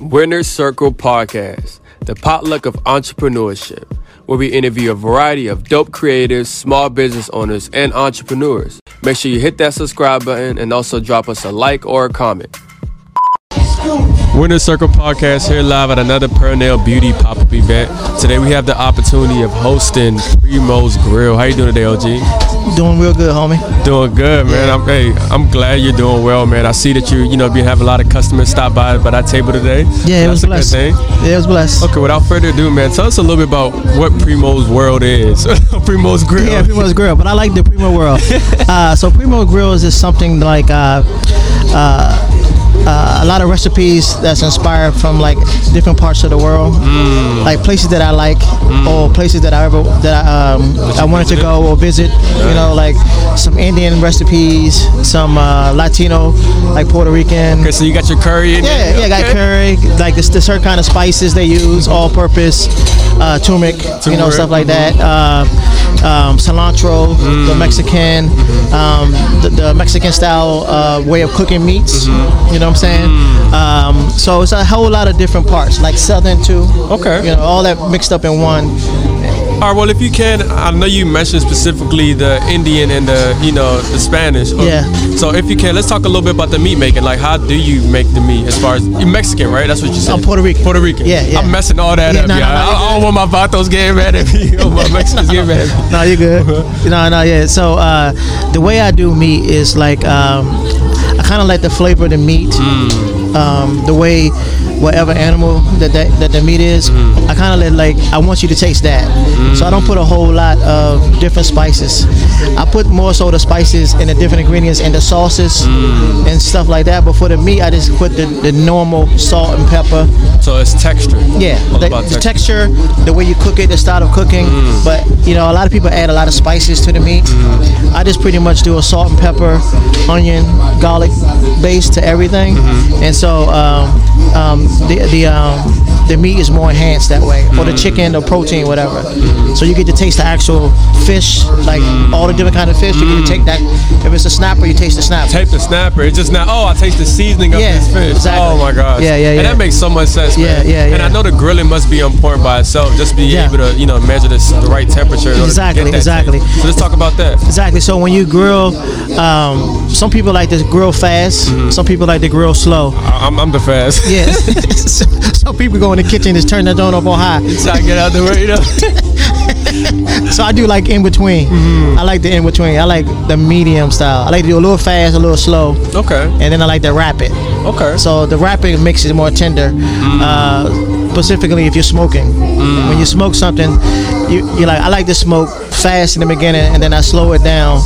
Winner's Circle Podcast, the potluck of entrepreneurship, where we interview a variety of dope creators, small business owners, and entrepreneurs. Make sure you hit that subscribe button and also drop us a like or a comment. Winner's Circle Podcast here live at another Pernell Beauty pop-up event. Today we have the opportunity of hosting Primo's Grill. How you doing today, OG? Doing real good, homie. Doing good, man. I'm hey, I'm glad you're doing well, man. I see that you you know you have a lot of customers stop by by that table today. Yeah, it That's was a blessed. good thing. Yeah, it was blessed. Okay, without further ado, man, tell us a little bit about what Primo's World is. Primo's Grill. Yeah, Primo's Grill, but I like the Primo World. uh, so Primo Grill is just something like uh, uh, uh, a lot of recipes that's inspired from like different parts of the world, Mm. like places that I like or places that I ever that I, um, I wanted to go or visit. You know, like some Indian recipes, some uh, Latino, like Puerto Rican. Okay, so you got your curry. In Yeah, there. yeah, got Okay. curry, like the, the certain kind of spices they use, all purpose, uh, turmeric, you know, Turmeric, mm-hmm. stuff like that. Uh, um, cilantro, Mm. the Mexican, Mm-hmm. um, the, the Mexican style uh, way of cooking meats, Mm-hmm. you know what I'm saying? Mm. Um, so it's a whole lot of different parts, like southern too. Okay. You know, all that mixed up in one. All right. Well, if you can, I know you mentioned specifically the Indian and the you know the Spanish. Or- Yeah. So if you can, let's talk a little bit about the meat making. Like, how do you make the meat? As far as you're Mexican, right? That's what you said. I'm Puerto Rican. Puerto Rican. Yeah, yeah. I'm messing all that Yeah, up. no, no, yeah. no, I- you're I, don't want my Vatos getting mad at me. or my Mexicans getting mad at me. no, you're good. No, no, yeah. So uh, the way I do meat is like um, I kind of like the flavor of the meat, um, the way whatever animal that that, that the meat is. I kind of let like I want you to taste that. So I don't put a whole lot of different spices. I put more so the spices and the different ingredients and the sauces and stuff like that. But for the meat, I just put the, the normal salt and pepper. So it's texture. Yeah, All the, about the texture. texture, the way you cook it, the style of cooking. But you know, a lot of people add a lot of spices to the meat. I just pretty much do a salt and pepper, onion, garlic base to everything, and so um, um, the the um, the meat is more enhanced that way, or the chicken, the protein, whatever. So you get to taste the actual fish, like all the different kind of fish. You get to take that. If it's a snapper, you taste the snapper. Tape the snapper. It's just not. Oh, I taste the seasoning of Yeah, this fish. exactly. Oh my gosh. Yeah, yeah, yeah. And that makes so much sense. Yeah, man. yeah, And yeah. I know the grilling must be important by itself. Just be Yeah. able to, you know, measure this, the right temperature. in order to Exactly, get that exactly. taste. So let's talk about that. Exactly. So when you grill, um, some people like to grill fast. Some people like to grill slow. I- I'm, I'm the fast. Yeah. some people go in the kitchen and just turn that joint up on high. so I get out the way, you know. So I do like in between. I like the in between. I like the medium style. I like to do a little fast, a little slow, Okay. and then I like to wrap it. Okay. So the wrapping makes it more tender. Uh, specifically, if you're smoking, when you smoke something, you you like I like to smoke fast in the beginning, and then I slow it down.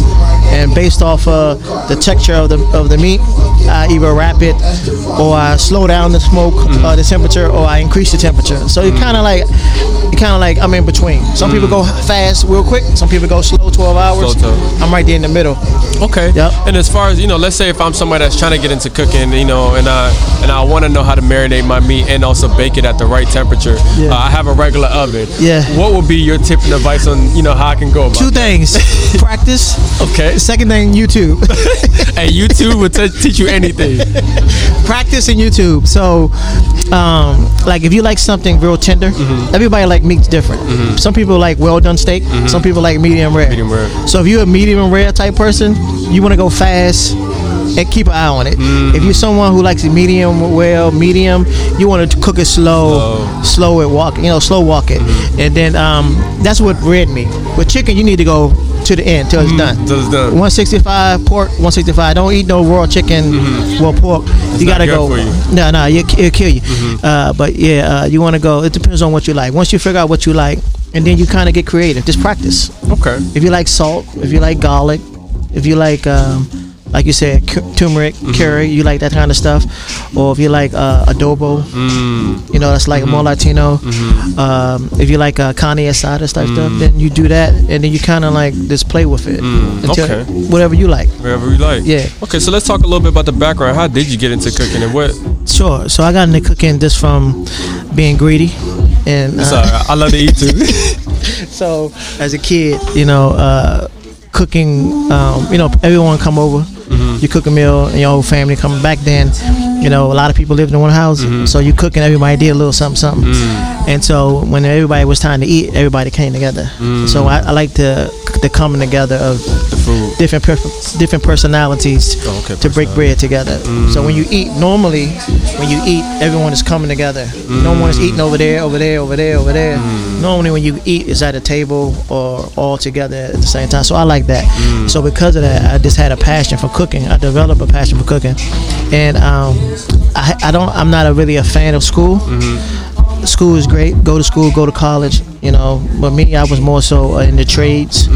And based off of the texture of the of the meat, I either wrap it, or I slow down the smoke, uh, the temperature, or I increase the temperature. So you kind of like, you kind of like I'm in between. Some people go fast real quick. Some people go slow, 12 hours. Slow too. I'm right there in the middle. okay. Yep. And as far as you know, let's say if I'm somebody that's trying to get into cooking, you know, and I and I want to know how to marinate my meat and also bake it at the right temperature. Yeah. Uh, I have a regular oven. Yeah. What would be your tip and advice on you know how I can go about? Two things: practice. Okay. The second thing, YouTube. Hey, YouTube will t- teach you anything. practice in YouTube. So, um, like if you like something real tender, Mm-hmm. everybody like meat's different. Some people like well done steak. Some people like medium rare. Medium rare. So if you're a medium rare type person, you want to go fast and keep an eye on it. Mm-hmm. If you're someone who likes medium well, medium, you want to cook it slow, Slow. Mm-hmm. slow, it walk, you know, slow walk it, and then um, that's what red meat. With chicken, you need to go to the end till it's done. till it's done. 165 pork, 165. Don't eat no raw chicken, raw pork. you Mm-hmm. not gotta good go. for you. Mm-hmm. No, no, it, it'll kill you. Uh, but yeah, uh, you want to go. It depends on what you like. Once you figure out what you like, and then you kind of get creative. Just practice. Okay. If you like salt, if you like garlic, if you like, um, like you said, cu- turmeric, curry, you like that kind of stuff, or if you like uh, adobo, you know, that's like more Latino. Um, if you like uh, carne asada type stuff, then you do that, and then you kind of like just play with it until Okay. whatever you like. Wherever you like. Yeah. Okay, so let's talk a little bit about the background. How did you get into cooking and what? Sure. So I got into cooking just from being greedy, and uh, Sorry, I love to eat too. so as a kid, you know, uh, cooking, um, you know, everyone come over. you cook a meal and your whole family coming back then you know a lot of people lived in one house so you cook and everybody did a little something something and so when everybody was time to eat everybody came together so I, I like the the coming together of food. different per- different personalities Oh, okay, Mm. to break bread together so when you eat normally when you eat everyone is coming together Mm. no one is eating over there over there over there over there normally when you eat it's at a table or all together at the same time so I like that Mm. so because of that I just had a passion for cooking I developed a passion for cooking and um, I, I don't I'm not a really a fan of school Mm. school is great. Go to school, go to college, you know. But me, I was more so uh, in the trades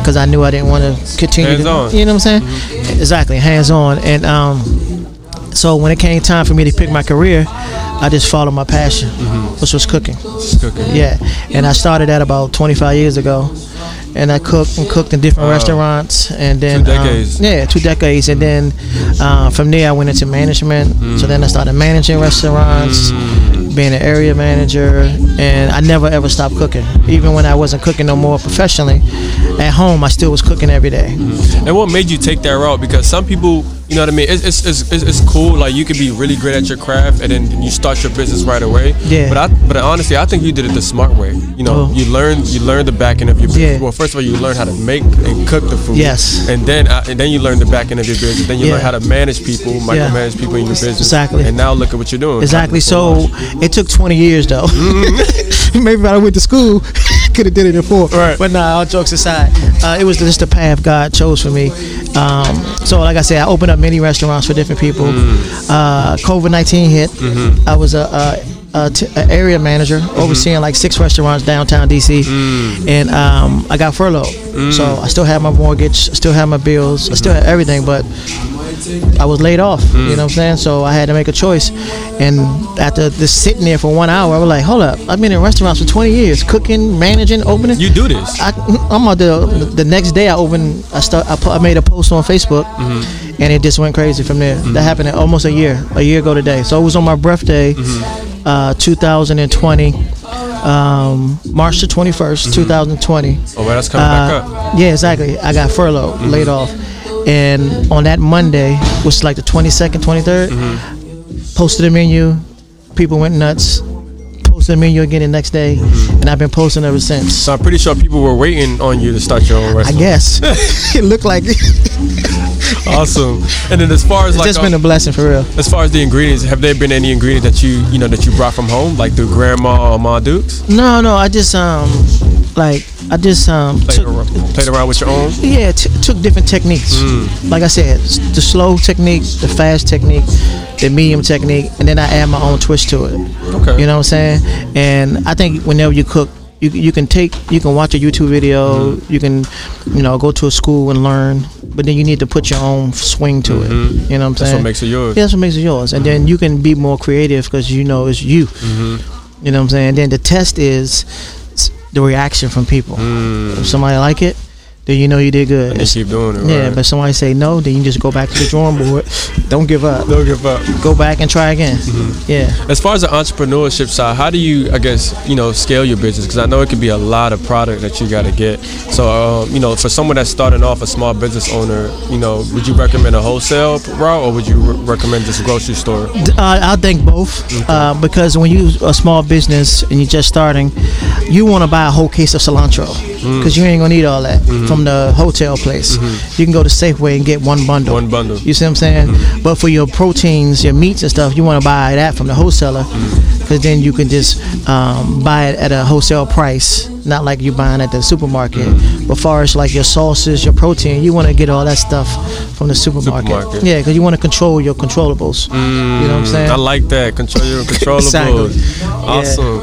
because I knew I didn't want to continue. to- Hands-on. you know what I'm saying? Exactly, hands on. And um, so when it came time for me to pick my career, I just followed my passion, which was cooking. Cooking. Yeah, and I started that about 25 years ago, and I cooked and cooked in different restaurants, and then Two decades. Um, yeah, two decades, and then uh, from there I went into management. So then I started managing restaurants, Mm. being an area manager, and I never ever stopped cooking. Even when I wasn't cooking no more professionally, at home I still was cooking every day. And what made you take that route? Because some people, you know what I mean. It's it's, it's, it's, it's cool. Like you could be really great at your craft, and then you start your business right away. Yeah. But I but honestly, I think you did it the smart way. You know, Oh. you learn you learn the back end of your business. Yeah. Well, first of all, you learn how to make and cook the food. Yes. And then uh, and then you learn the back end of your business. Then you learn Yeah. how to manage people, micromanage people in your business. Exactly. And now look at what you're doing. Exactly. So it took 20 years though. Maybe if I went to school, could have did it before. Right. But nah, all jokes aside, uh, it was just the path God chose for me. Um, so like I said, I opened up many restaurants for different people. Uh, COVID 19 hit. I was a. a a t- a area manager overseeing like six restaurants downtown DC, and um, I got furloughed. So I still had my mortgage, I still had my bills, I still had everything, but I was laid off. Mm. You know what I'm saying? So I had to make a choice. And after just sitting there for one hour, I was like, hold up. I've been in restaurants for 20 years, cooking, managing, opening. you do this. I, I'm out there. The next day, I opened. I start. I, put, I made a post on Facebook, Mm-hmm. and it just went crazy from there. That happened in almost a year. A year ago today. So it was on my birthday, Mm-hmm. uh, 2020, um, March the 21st, Mm-hmm. 2020. oh, well, that's coming back up. Mm-hmm. Uh, yeah, exactly. I got furloughed, laid off, and on that Monday, which is like the 22nd, 23rd, Mm-hmm. posted a menu. People went nuts. Posted a menu again the next day, Mm-hmm. and I've been posting ever since. So I'm pretty sure people were waiting on you to start your own I restaurant. guess it looked like it's Awesome. And then as far as like just uh, been a blessing for real. As far as the ingredients, have there been any ingredients that you you know that you brought from home, like through grandma or Ma Duke's? No, no, I just um, like I just um, Played, took, around, played around with your own. yeah, t- took different techniques. Hmm. Like I said, s- the slow technique, the fast technique, the medium technique, and then I add my own twist to it. Okay. You know what I'm saying? And I think whenever you cook, you, you can take, you can watch a YouTube video, Hmm. you can, you know, go to a school and learn, but then you need to put your own swing to it. You know what I'm Mm-hmm. that's saying? what makes it yours. yeah, that's what makes it yours. And then you can be more creative because you know it's you. Mm-hmm. You know what I'm saying? then the test is s- the reaction from people. If somebody like it, then you know you did good. And Mm. you keep doing it. yeah, right? but somebody say no, then you just go back to the drawing board. Don't give up. don't give up. Go back and try again. Mm-hmm. Yeah. As far as the entrepreneurship side, how do you, I guess, you know, scale your business? Because I know it can be a lot of product that you got to get. So, um, you know, for someone that's starting off a small business owner, you know, would you recommend a wholesale route or would you re- recommend just a grocery store? D- Uh, I think both uh, because when you a small business and you're just starting, you want to buy a whole case of cilantro Mm. because you ain't gonna need all that Mm-hmm. from the hotel place. You can go to Safeway and get one bundle. One bundle. You see what I'm saying? Mm-hmm. But for your proteins, your meats and stuff, you want to buy that from the wholesaler Mm-hmm. because then you can just um, buy it at a wholesale price, not like you buying at the supermarket. Mm-hmm. But far as like your sauces, your protein, you want to get all that stuff from the supermarket. Supermarket. Mm, Yeah, because you want to control your controllables. You know what I'm saying? I like that. Control your controllables. Exactly. Awesome.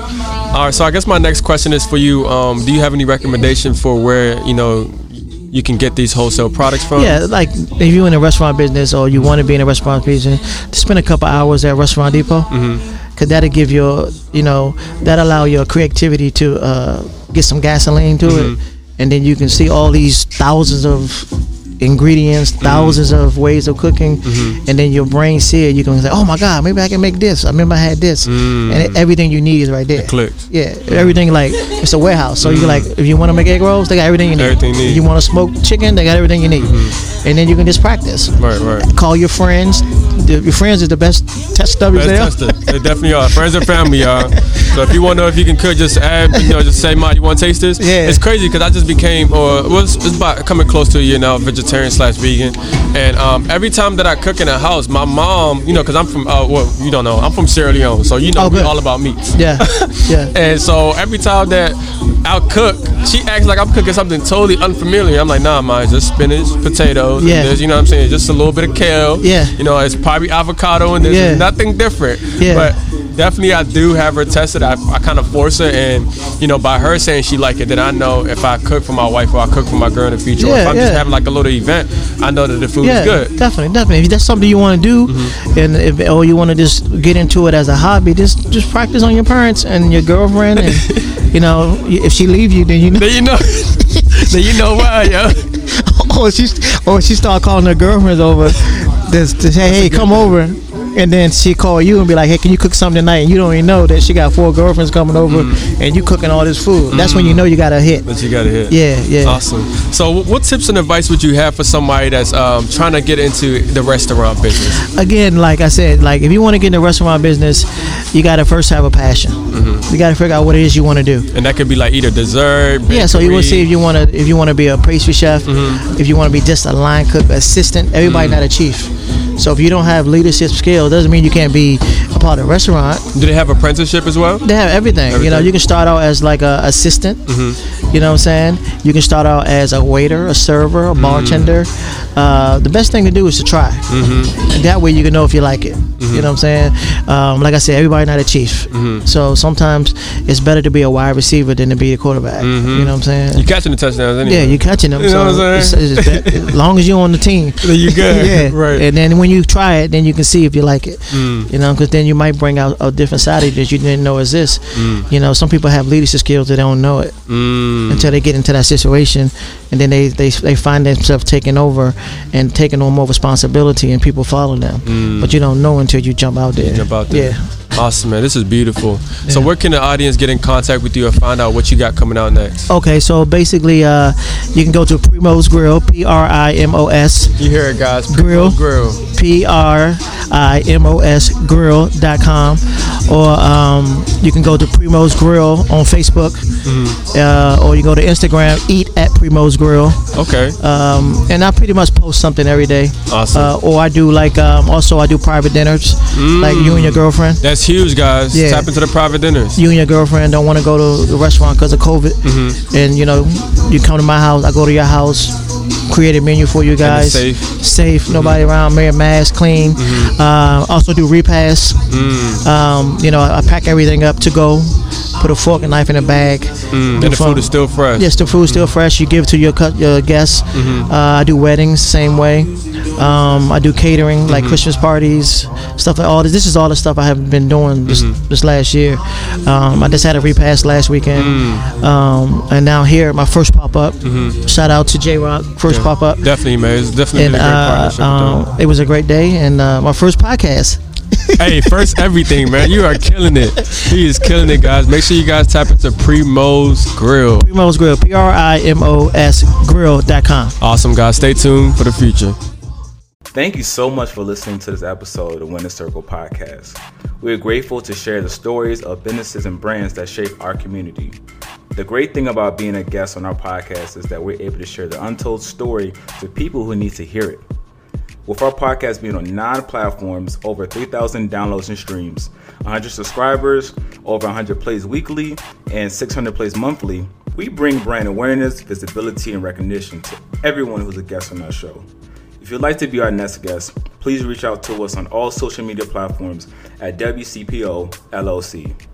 All right. So I guess my next question is for you. Um, do you have any recommendation for where you know you can get these wholesale products from? Yeah, like if you're in a restaurant business or you want to be in a restaurant business, to spend a couple hours at Restaurant Depot, cause that'll give your, you know, that allow your creativity to uh, get some gasoline to it, and then you can see all these thousands of ingredients, 1000s of ways of cooking, and then your brain see it. You can say, "Oh my God, maybe I can make this. I remember I had this." And everything you need is right there. clicks. Yeah, everything like it's a warehouse. So you like if you want to make egg rolls, they got everything you need. Everything you need. Mm-hmm. If you want to smoke chicken, they got everything you need. And then you can just practice. Right, right. Call your friends. The- your friends is the best test stubbies Best there. testers. They definitely are. Friends and family, y'all. So if you want to know if you can cook, just add, you know, just say, Ma, you want to taste this? Yeah. It's crazy because I just became, or well, it's, it's about coming close to a year now, vegetarian slash vegan. And um, every time that I cook in the house, my mom, you know, because I'm from, uh, well, you don't know, I'm from Sierra Leone. So you know, Oh, we good. all about meats. Yeah, yeah. And so every time that I cook, she acts like I'm cooking something totally unfamiliar. I'm like, nah, mine just spinach, potatoes, Yeah. and this, you know what I'm saying? Just a little bit of kale. Yeah. You know, it's probably avocado and this, Yeah. nothing different. Yeah. But definitely I do have her tested. I, I kind of force her and, you know, by her saying she like it, then I know if I cook for my wife or I cook for my girl in the future, or if Yeah, I'm just yeah. having like a little event, I know that the food yeah, is good. Mm-hmm. definitely, definitely. If that's something you want to do, and if, or you want to just get into it as a hobby, just just practice on your parents and your girlfriend, and you know, y- if she leave you, then you know. Then you know, then you know why, yo. or she or Oh, she start calling her girlfriends over to, to say, hey, come over. And then she call you and be like, hey, can you cook something tonight? And you don't even know that she got four girlfriends coming over and you cooking all this food. That's when you know you got a hit. But you gotta hit. Yeah, yeah. Awesome. So, wh- what tips and advice would you have for somebody that's um, trying to get into the restaurant business? Again, like I said, like if you want to get in the restaurant business, you got to first have a passion. You got to figure out what it is you want to do. And that could be like either dessert. Bakery. Yeah, so you will see if you want to if you want to be a pastry chef, if you want to be just a line cook assistant. Everybody not a chief. So if you don't have leadership skills, doesn't mean you can't be a part of a restaurant. Do they have apprenticeship as well? They have everything. You know, Everything. you can start out as like a assistant. You know what I'm saying? You can start out as a waiter, a server, a bartender. Uh, the best thing to do is to try. And that way you can know if you like it. You know what I'm saying? Um, like I said, everybody not a chief. So sometimes it's better to be a wide receiver than to be a quarterback. You know what I'm saying? You're catching the touchdowns anyway. Yeah, you're catching them. You know so what I'm it's- saying? it's just bad. as long as you're on the team. Then you good. yeah, Right. Mm. And then when you try it, then you can see if you like it. You know, because then you might bring out a different side of you that you didn't know exists. You know, some people have leadership skills that don't know it Mm. until they get into that situation, and then they, they they find themselves taking over and taking on more responsibility, and people follow them. But you don't know until you jump out there. Mm. Jump out there. Yeah. Awesome, man. This is beautiful. So, Yeah. where can the audience get in contact with you and find out what you got coming out next? Okay, so basically, uh, you can go to Primo's Grill, P R I M O S. You hear it, guys. Grill. Grill. P R I M O S grill.com or um, you can go to Primo's Grill on Facebook uh, or you go to Instagram, eat at Primo's Grill. Okay. Um, and I pretty much post something every day. Awesome. Uh, or I do like, um, also, I do private dinners, like you and your girlfriend. That's huge, guys. Yeah. Tap into the private dinners. You and your girlfriend don't want to go to the restaurant because of COVID, Mm-hmm. and you know you come to my house. I go to your house, create a menu for you guys. safe. Mm-hmm. safe. Nobody around. Wear a mask, clean. Uh, also do repass. Mm. Um, you know, I, I pack everything up to go. Put a fork and knife in a bag. Mm. Do And the fun- food is still fresh. Yes, the food's still fresh. You give it to your, cu- your guests. Mm-hmm. Uh, I do weddings same way. Um, I do catering Mm-hmm. like Christmas parties, stuff like all this. This is all the stuff I have been doing this, Mm-hmm. this last year. Um, I just had a repast last weekend, Mm. um, and now here my first pop up. Shout out to J Rock, first pop up, Definitely, man. It's definitely and been Mm-hmm. a great partnership. uh, with them. um, it was a great day and uh, my first podcast. hey, first everything, man. You are killing it. He is killing it, guys. Make sure you guys tap into Primo's Grill. Primo's Grill, P R I M O S Grill.com. Awesome, guys. Stay tuned for the future. Thank you so much for listening to this episode of the Winner Circle Podcast. We are grateful to share the stories of businesses and brands that shape our community. The great thing about being a guest on our podcast is that we're able to share the untold story to people who need to hear it. With our podcast being on nine platforms, over 3,000 downloads and streams, 100 subscribers, over 100 plays weekly, and 600 plays monthly, we bring brand awareness, visibility, and recognition to everyone who's a guest on our show. If you'd like to be our next guest, please reach out to us on all social media platforms at WCPO LLC.